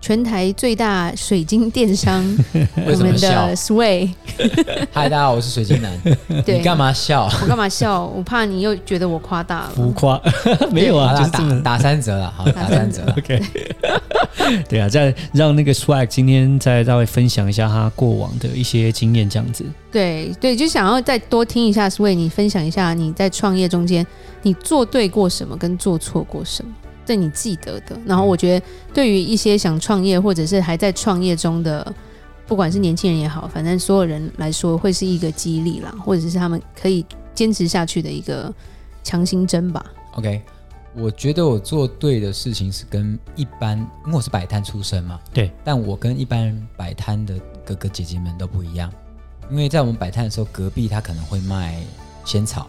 全台最大水晶电商 为我什么们笑的？Sway。嗨，大家好，我是水晶男。对，你干？嘛笑？我干嘛笑？我怕你又觉得我夸大了。浮夸 没有啊，好就啦是这么打打三折了，好，打打三折啦。 OK，对 啊，再让那个 Swag 今天再稍微分享一下他过往的一些经验，这样子。对对，就想要再多听一下 Sway，你分享一下你在创业中间你做对过什么，跟做错过什么，对你记得的。然后我觉得对于一些想创业或者是还在创业中的，不管是年轻人也好，反正所有人来说会是一个激励啦，或者是他们可以坚持下去的一个强心针吧。 OK，我觉得我做对的事情是跟一般，因为我是摆摊出身嘛，对，但我跟一般摆摊的哥哥姐姐们都不一样，因为在我们摆摊的时候，隔壁他可能会卖仙草。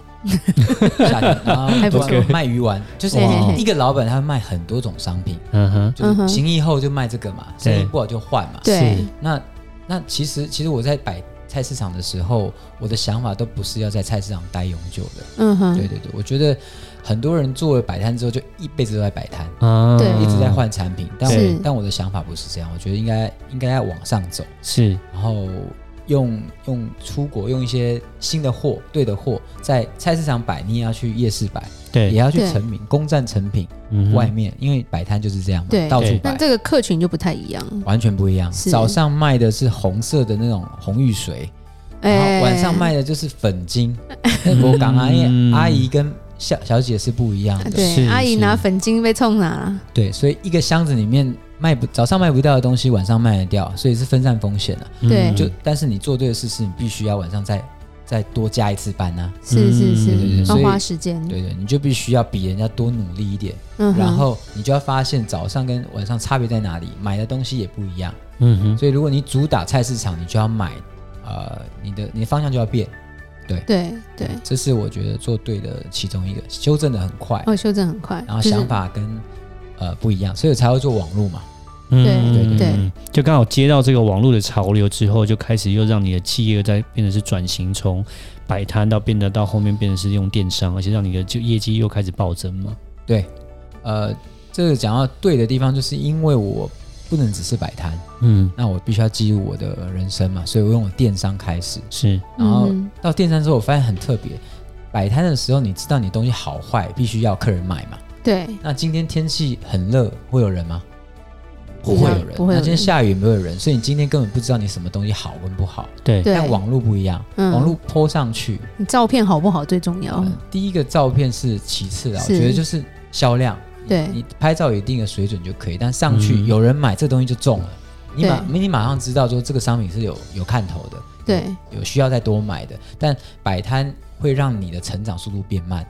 夏天，然后还不对错卖鱼丸，就是嘿嘿嘿一个老板他会卖很多种商品，嗯哼，就嗯是哼行以后就卖这个嘛，生意对不好就换嘛，对那那其实其实我在摆菜市场的时候，我的想法都不是要在菜市场待永久的。嗯对哼，对对，我觉得很多人做了摆摊之后，就一辈子都在摆摊，啊对一直在，换产品。但是我但我的想法不是这样，我觉得应该应该要往上走，是然后用用出国用一些新的货，对的货，在菜市场摆，你也要去夜市摆，对，也要去对成品、攻占成品、嗯哼外面，因为摆摊就是这样嘛对，到处对摆那。这个客群就不太一样。完全不一样。是早上卖的是红色的那种红玉水，哎然后晚上卖的就是粉晶。我讲啊，因为阿姨跟小小姐是不一样的，啊对，嗯是阿姨是拿粉晶被冲拿，对，所以一个箱子里面卖不早上卖不掉的东西，晚上卖得掉，所以是分散风险的、对就但是你做对的事是，你必须要晚上再再多加一次班啊。是嗯是对对是，对要所以花时间。对对，你就必须要比人家多努力一点，嗯哼然后你就要发现早上跟晚上差别在哪里，买的东西也不一样。嗯哼，所以如果你主打菜市场，你就要买，呃，你的你的方向就要变。对对，这是我觉得做对的其中一个，修正的很快，哦，修正很快，然后就是想法跟、呃不一样，所以才会做网络嘛。嗯对对对对，就刚好接到这个网络的潮流之后，就开始又让你的企业在变得是转型，从摆摊到变得到后面变得是用电商，而且让你的就业绩又开始暴增嘛。对，呃，这个讲到对的地方，就是因为我不能只是摆摊，嗯，那我必须要记录我的人生嘛，所以我用我电商开始。是然后嗯到电商之后，我发现很特别，摆摊的时候你知道你东西好坏，必须要客人买嘛。哼对那今天天气很热，会有人吗？不不会会有人。不会有人那今天下雨也没有人，所以你今天根本不知道你什么东西好跟不好。对对，但网络不一样，嗯网络泼上去、你照片好不好最重要呃，第一个照片是其次啊的，我嗯是觉得就是销量。对你，你拍照有一定的水准就可以，但上去嗯有人买这东西就中了，你马对你马上知道说这个商品是有有看头的，对有需要再多买的。但摆摊会让你的成长速度变慢，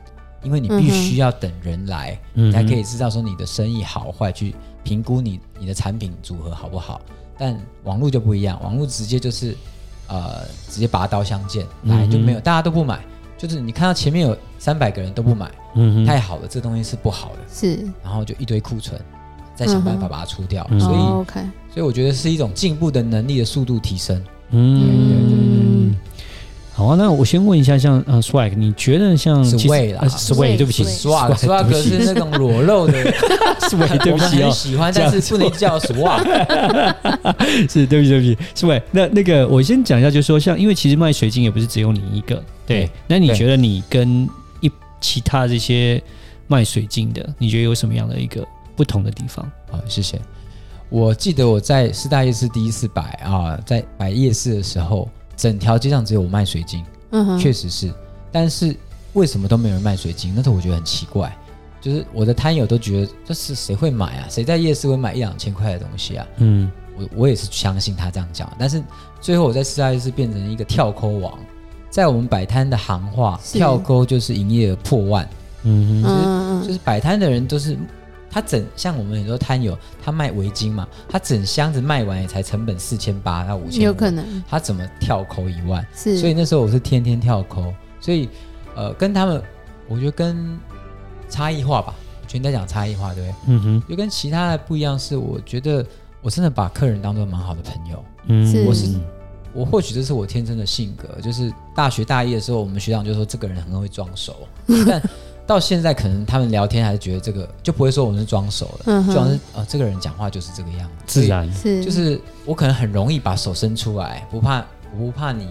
因为你嗯必须要等人来，嗯哼你才可以知道说你的生意好坏，去评估你你的产品组合好不好。但网络就不一样，网络直接就是呃直接拔刀相见，来就嗯没有，大家都不买，就是你看到前面有三百个人都不买，嗯哼，太好了，这东西是不好的，是然后就一堆库存，再想办法把它出掉。嗯所以哦 OK，所以我觉得是一种进步的能力的速度提 升。嗯。好啊，那我先问一下，像呃，Swag，你觉得像是味啦了 s w a Swag， g 对不起 Swag swag swag 是 那种裸露的， ，Swag，对我不们起哦很，喜欢，这样但是不能叫 swag。 是对不起，对不起，是喂，那那个我先讲一下，就是说，像因为其实卖水晶也不是只有你一个，对。对那你对觉得你跟一其他这些卖水晶的，你觉得有什么样的一个不同的地方？好，啊谢谢。我记得我在师大夜市第一次摆啊，在摆夜市的时候，整条街上只有我卖水晶，嗯哼，确实是。但是为什么都没有人卖水晶？那时候我觉得很奇怪，就是我的摊友都觉得这是谁会买啊？谁在夜市会买一两千块的东西啊？嗯，我我也是相信他这样讲，但是最后我在四大就是变成一个跳钩王，在我们摆摊的行话，是跳钩就是营业额破万，嗯嗯嗯就嗯是摆摊的人都是他整像我们很多摊友，他卖围巾嘛，他整箱子卖完也才成本四千八到五千，有可能他怎么跳扣一万？是，所以那时候我是天天跳抠，所以呃，跟他们，我觉得跟差异化吧，全在讲差异化，对不对？嗯哼，就跟其他的不一样是，我觉得我真的把客人当做蛮好的朋友。嗯，是我是我或许这是我天生的性格，就是大学大一的时候，我们学长就说这个人很会装熟， 但到现在可能他们聊天还是觉得这个就不会说我们是装熟了，嗯就好像是哼，呃这个人讲话就是这个样子，自然，是就是我可能很容易把手伸出来，不怕我不怕你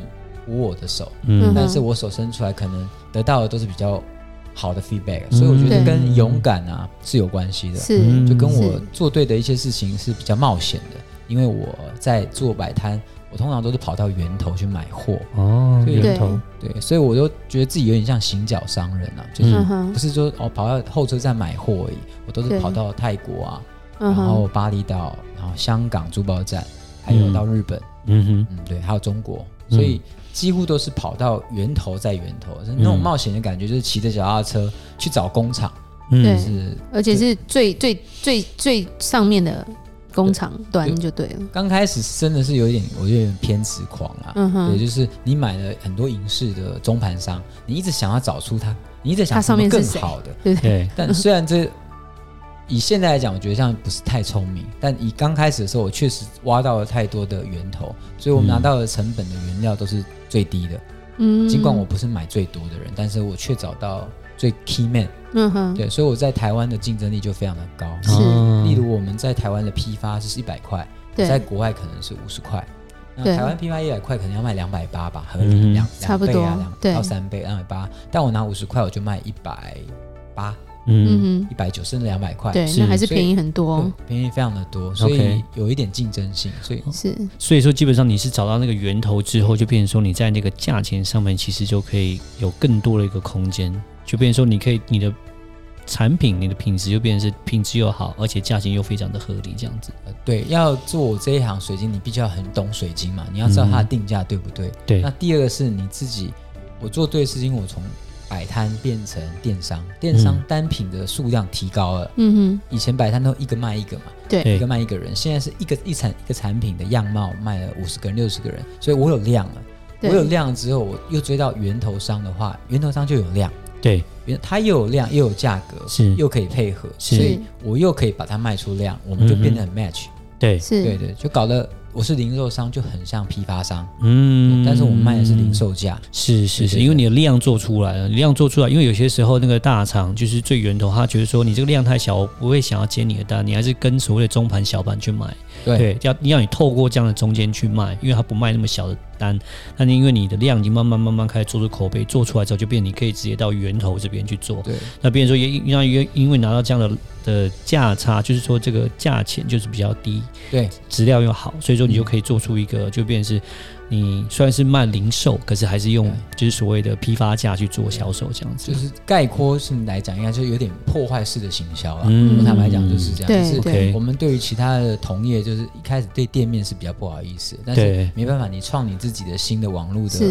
捂我的手，嗯嗯但是我手伸出来，可能得到的都是比较好的 feedback，、所以我觉得嗯对跟勇敢啊是有关系的，是嗯就跟我是做对的一些事情是比较冒险的，因为我在做摆摊，我通常都是跑到源头去买货，哦，所以嗯源头，对，所以我就觉得自己有点像行脚商人啊，就是嗯哼不是说哦跑到候车站买货而已，我都是对跑到泰国啊，嗯然哼，后巴厘岛，然后香港珠宝站，还有嗯到日本，嗯哼，嗯，对，还有中国，嗯所以几乎都是跑到源头在源头，是那种嗯冒险的感觉，就是骑着脚踏车去找工厂，对嗯，是而且是最最最最上面的工厂端就对了，刚开始真的是有一点，我觉得有点偏执狂啊。嗯哼对，就是你买了很多银饰的中盘商，你一直想要找出它，你一直想它上面出更是谁 好的。对不对？对，但虽然这以现在来讲，我觉得像不是太聪明，但以刚开始的时候，我确实挖到了太多的源头，所以我们嗯拿到的成本的原料都是最低的。嗯，尽管我，不是买最多的人，但是我却找到最 key man。嗯哼，对，所以我在台湾的竞争力就非常的高。是哦例如我们在台湾的批发是一百块。在对，国外可能是五十块，那对台湾批发一百块可能要卖两百八吧，合嗯理两差两不倍多啊，两对到三倍两百八，但我拿五十块我就卖一百八、嗯，嗯一百九甚至两百哼，块，对，哦是那还是所以便宜很多，对，便宜非常的多，所 OK 以有一点竞争性，所以是所以说基本上你是找到那个源头之后，就变成说你在那个价钱上面其实就可以有更多的一个空间，就变成说你可以你的产品、你的品质就变成是品质又好，而且价钱又非常的合理，这样子。呃对，要做我这一行水晶，你必须要很懂水晶嘛，你要知道它的定价对不对。对那，第二个是你自己，我做对的事情，我从摆摊变成电商，电商嗯单品的数量提高了，嗯以前摆摊都一个卖一个嘛。一对个，卖一个人，现在是一个一产一个产品的样貌卖了五十个人、六十个人，所以我有量了。哼，我对，有量了之后，我又追到源头商的话，源头商就有量，对，源它又有量又有价格，是又可以配合，是所以我又可以把它卖出量，我们就嗯哼变得很 match、对，对是，对，就搞得我是零售商就很像批发商，嗯但是我们卖的是零。售价。是是对对是，对因为你的量做出来了，你量做出来，因为有些时候那个大厂就是最源头，他觉得说你这个量太小，我不会想要接你的单，你还是跟所谓的中盘小盘去买。对对，要要你透过这样的中间去卖，因为他不卖那么小的单，那因为你的量已经慢慢慢慢开始做出口碑，做出来之后就变你可以直接到源头这边去做。对那变成说也让因因为拿到这样的的价差，就是说这个价钱就是比较低，对质量又好，所以说你就可以做出一个，就变成是你虽然是卖零售，可是还是用就是所谓的批发价去做销售这样子就。是概括性来讲，应该就有点破坏式的行销啊。嗯我坦白讲就是这样，就是 OK 对对，我们对于其他的同业，就是一开始对店面是比较不好意思，但是对，没办法，你创你自己的新的网络的，是，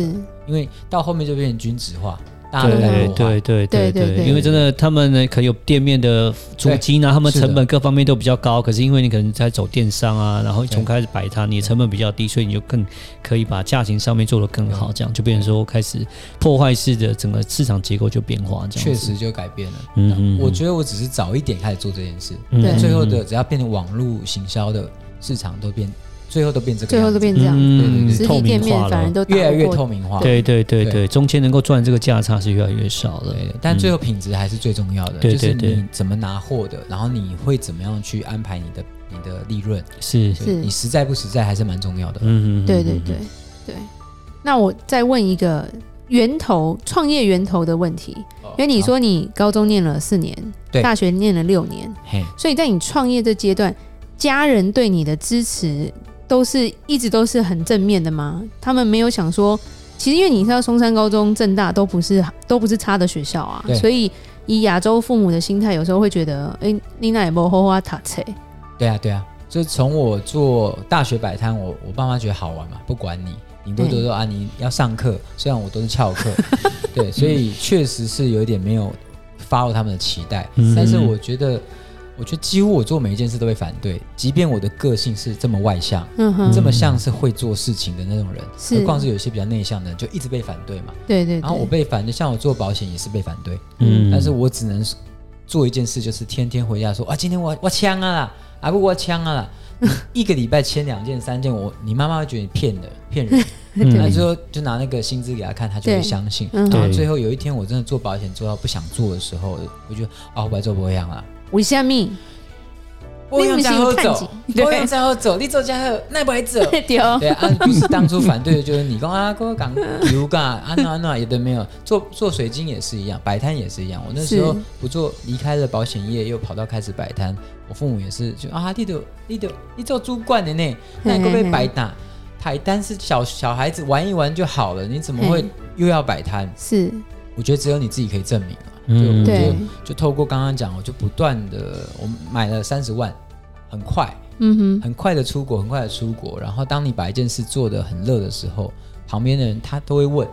因为到后面就变成均值化，大家都在对弱化。对对对对对对，对因为真的他们呢，可能有店面的租金啊，他们是的成本各方面都比较高，可是因为你可能在走电商啊，然后对从开始摆摊，你的成本比较低，所以你就更可以把价钱上面做得更好，这样就变成说开始破坏式的整个市场结构就变化，这样确子，实就改变了。嗯嗯我觉得我只是早一点开始做这件事，嗯对但最后的只要变成网络行销的市场都变，最后都变这个最后样子，都变这样，嗯实透体店明化面反而了，都打越来越不过透明化。对对对对对，中间能够赚这个价差是越来越少了，对，但最后后品质还是最重要的，对就是对对你怎么拿货的，然后你会怎么样去安排你的你的利润，嗯是，对是你实在不实在还是蛮重要的。嗯嗯，嗯对对，对嗯对。那我再问一个源头创业源头的问题，因为你说你高中念了四年，对大学念了六年，嘿，所以在你创业这阶段，家人对你的支持都是一直都是很正面的吗？他们没有想说，其实因为你知道松山高中、正大都不是都不是差的学校啊对，所以以亚洲父母的心态，有时候会觉得，哎、你那也没花花塔切，对啊，对啊，就是从我做大学摆摊，我我爸妈觉得好玩嘛，不管你，顶多嗯就说啊你要上课，虽然我都是翘 课，对，所以确实是有一点没有 follow 他们的期待，嗯但是我觉得我觉得几乎我做每一件事都被反对，即便我的个性是这么外向，嗯哼，这么像是会做事情的那种人，是何况是有些比较内向的人，就一直被反对嘛。对对对，然后我被反对，像我做保险也是被反对，嗯，但是我只能做一件事，就是天天回家说啊，今天我我枪啊啦，啊不我枪啊 啦，一个礼拜签两件三件，我你妈妈会觉得你骗的骗 人，嗯那最后就拿那个薪资给她看，她就会对相信。嗯然对后最后有一天我真的做保险做到不想做的时候，我就啊我白做保险啊，为什么？ 我用家后你不是有看走，见我用家后走，你做家后那白走。对哦， 对啊，不是当初反对的就是你讲啊，跟我讲油噶，啊那啊那也都没有。做做水晶也是一样，摆摊也是一样。我那时候是不做，离开了保险业，又跑到开始摆摊。我父母也是就啊，你都你都你做主管的呢，那你会不会摆摊？摆摊是小小孩子玩一玩就好了，你怎么会嘿又要摆摊？是，我觉得只有你自己可以证明嘛。嗯嗯，对就，就透过刚刚讲，我就不断的，我买了三十万，很快。嗯哼，很快的出国，很快的出国。然后当你把一件事做得很热的时候，旁边的人他都会问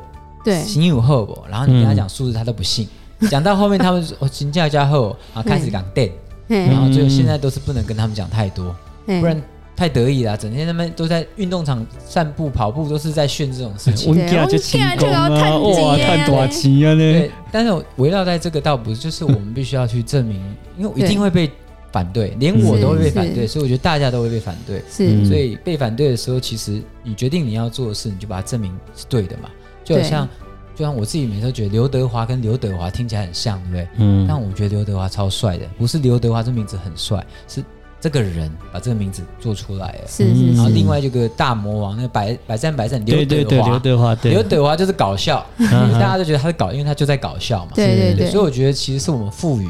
对，行有后不？然后你跟他讲数字，他都 不信。讲到后面，他们说哦，请假加后，然后开始讲 dead，然嘿，后最后现在都是不能跟他们讲太多，嘿嗯不然太得意啦，整天他们都在运动场散步、跑步，都是在炫这种事嗯情。温家就成功啊，哇，赚多少钱啊呢对？，但是我围绕在这个倒不是，就是我们必须要去证明，因为我一定会被反对，连我都会被反对，是所以我觉得大家都会被反对。嗯是，所以被反对的时候，其实你决定你要做的事，你就把它证明是对的嘛。就好像，就像我自己每次都觉得刘德华跟刘德华听起来很像，对不对？嗯，但我觉得刘德华超帅的，不是刘德华这名字很帅，是这个人把这个名字做出来了。是是嗯然后是，另外这个大魔王，那个百百战百战对刘对德对，华刘，德华，对，刘德华就是搞笑，嗯大家都觉得他是搞，因为他就在搞笑嘛。对对对，所以我觉得其实是我们赋予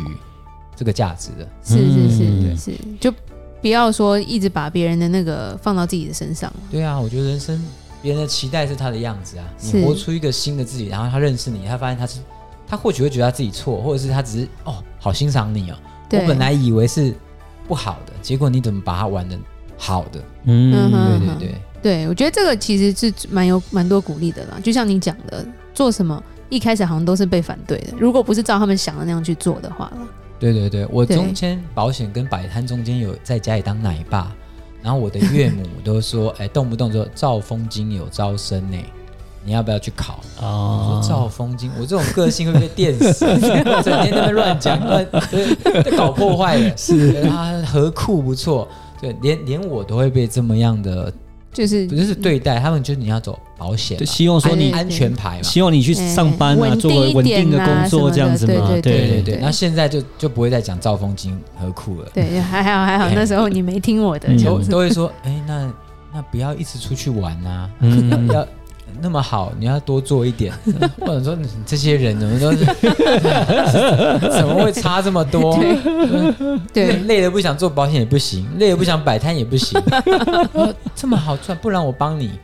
这个价值的。是是是嗯是，就不要说一直把别人的那个放到自己的身上，对啊，我觉得人生别人的期待是他的样子啊，是你活出一个新的自己，然后他认识你，他发现他是他或许会觉得他自己错，或者是他只是哦好欣赏你哦，我对本来以为是不好的，结果你怎么把它玩的好的？嗯对嗯对哼对，对，我觉得这个其实是蛮有蛮多鼓励的啦。就像你讲的，做什么一开始好像都是被反对的，如果不是照他们想的那样去做的话了，对对对，我对中间保险跟摆摊中间有在家里当奶爸，然后我的岳母都说， 哎，动不动就兆丰金有招生呢。你要不要去考？我哦说，兆丰金， 我这种个性会被电死， 我整天在那边乱讲，乱对在搞破 坏的。是他何库不错，对，连连我都会被这么样的，就是不是对待他们，就是你要走保险就嘛，希望说安你对安全牌嘛。希望你去上班啊，哎做个稳定的工作这样子嘛，稳定一点啊什么的对对对对对，那现在就就不会再讲兆丰金何库了，对，还好还好，那时候你没听我的，嗯这都样子都会说，哎，那那不要一直出去玩啊，嗯 要那么好，你要多做一点。 或者说你这些人怎么都是 怎么会差这么多？累对累的不想做保险也不行，累的不想摆摊也不行。 我说这么好赚，不然我帮你。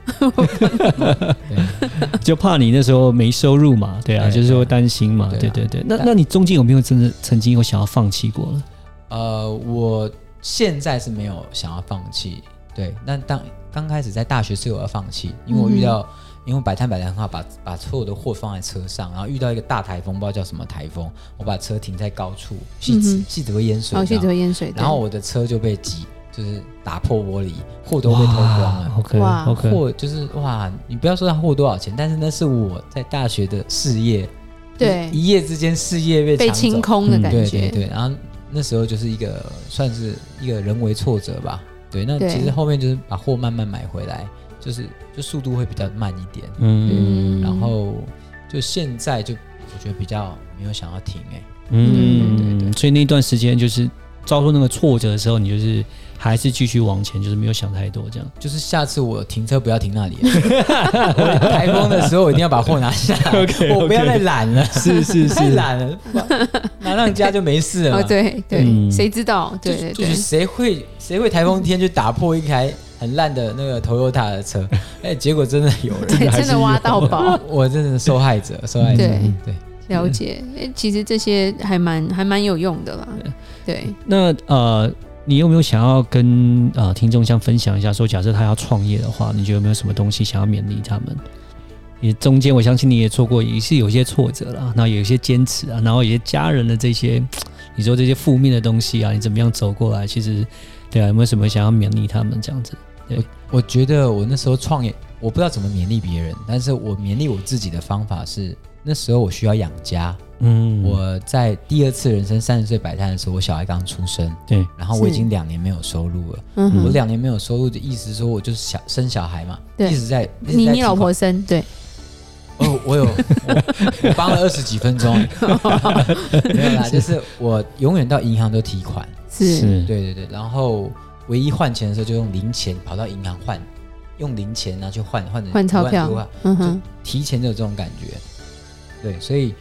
对，就怕你那时候没收入嘛，对啊，对就是会担心嘛，对对啊对对。那那你中间有没有真的曾经有想要放弃过了？呃，我现在是没有想要放弃。对，那当刚开始在大学是有要放弃，因为我遇到。因为摆摊摆的很好，把把所有的货放在车上，然后遇到一个大台风，不知道叫什么台风，我把车停在高处，戏嗯子哼戏子会淹水然后的，去抽烟水，对啊然后我的车就被挤，就是打破玻璃，货都被偷光了。 ，OK 哇 OK，货就是哇，你不要说他货多少钱，但是那是我在大学的事业，就是对一夜之间事业被被抢走嗯清，空的感对对觉，对，然后那时候就是一个算是一个人为挫折吧，对，那对其实后面就是把货慢慢买回来，就是就速度会比较慢一点，嗯然后就现在就我觉得比较没有想要停哎、嗯嗯，所以那段时间就是遭受那个挫折的时候，你就是还是继续往前，就是没有想太多这 样。就是下次我停车不要停那里，我台风的时候我一定要把货拿下来 OK，OK 我不要再懒了，是是 太懒了，拿到你家就没事了嘛。哦对对，嗯谁知道？啊就对对就是对，谁会谁会台风天去打破一台很烂的那个 Toyota 的车？ 哎，结果真的有人，真的挖到宝。 我真的受害者，嗯受害者。对对，了解，诶其实这些还蛮还蛮有用的啦。对，那呃，你有没有想要跟呃听众想分享一下说假设他要创业的话，你觉得有没有什么东西想要勉励他们？也中间我相信你也做过，也是有一些挫折啦，然后有一些坚持啊，然后有一些家人的这些你说这些负面的东西啊，你怎么样走过来？其实，对啊，有没有什么想要勉励他们这样子？我觉得我那时候创业，我不知道怎么勉励别人，但是我勉励我自己的方法是，那时候我需要养家。嗯，我在第二次人生三十岁摆摊的时候，我小孩刚出生，对，然后我已是经两年没有收入了。嗯我哼，两年没有收入的意思，说我就是小生小孩嘛，对一直在一直你在你提老款婆生对，哦，我有，我我帮了二十几 分钟，没有啦，就是我永远到银行都提款，是对对对，然后唯一换钱的时候就用零钱跑到银行换，用零钱拿去换换成换钞10,000票多块，嗯哼，提前就有这种感觉，对，所以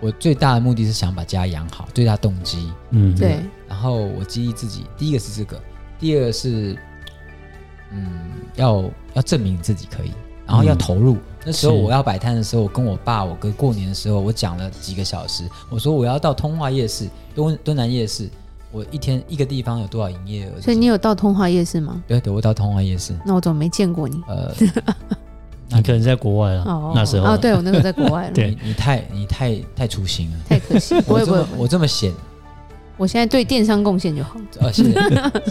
我最大的目的是想把家养好，最大动机，嗯，对，然后我激励自己，第一个是这个，第二个是，嗯，要要证明自己可以，然后要嗯投入。那时候是我要摆摊的时候，我跟我爸、我哥过年的时候，我讲了几个小时，我说我要到通化夜市、东东南夜市，我一天一个地方有多少营业额？所以你有到通化夜市吗？对对，我到通化夜市，那我怎么没见过 你？呃，你可能在国外啊了，哦，那时候啊哦，对我那时候在国 外了，对你你太你太太粗心了。太可惜，不 我会这不会么不会，我这么闲，我现在对电商贡献就好了。呃，谢谢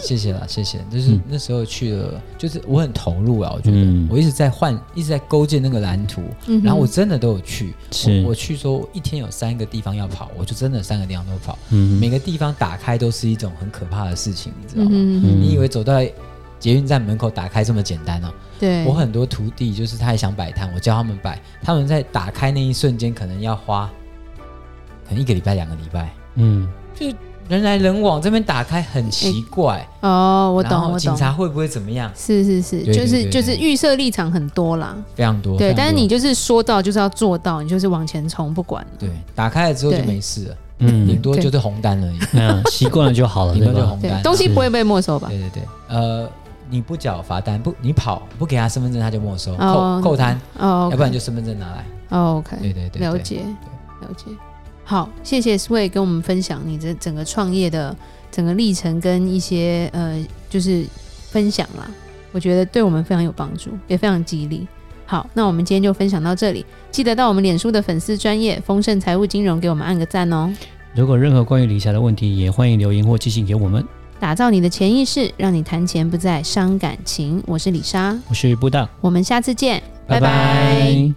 谢谢啦，谢谢。就是嗯那时候去了，就是我很投入啊，我觉得、嗯我一直在换，一直在勾建那个蓝图，嗯哼然后我真的都有去。是我我去说我一天有三个地方要跑，我就真的三个地方都跑，嗯每个地方打开都是一种很可怕的事情，你知嗯道吗？哼嗯嗯哼，你以为走到捷运站门口打开这么简单哦、对，我很多徒弟就是他也想摆摊，我教他们摆，他们在打开那一瞬间可能要花，可能一个礼拜两个礼拜，嗯，就是人来人往这边打开很哎奇怪。哦，我然后懂我警懂，察会不会怎么样？是是是，对对就是对就是对预设立场很多啦，非常多。对，非常多但是你就是说到就是要做到，你就是往前冲，不管了。对打开了之后就对没事了，顶嗯，多就是红单而已，那样习惯了就好了，顶对多就吧？红单对，啊。东西是不会被没收吧？对对对，呃，你不缴罚单，不你跑不给他身份证，他就没收哦扣扣单，哦，要不然就身份证拿来。哦 OK，对对对，了对。解了解。好，谢谢 Sway 跟我们分享你这整个创业的整个历程跟一些呃，就是分享啦，我觉得对我们非常有帮助，也非常激励。好，那我们今天就分享到这里，记得到我们脸书的粉丝专业丰盛财务金融给我们按个赞哦。如果有任何关于理财的问题，也欢迎留言或寄信给我们。打造你的潜意识，让你谈钱不再伤感情。我是李莎，我是布大，我们下次见，拜拜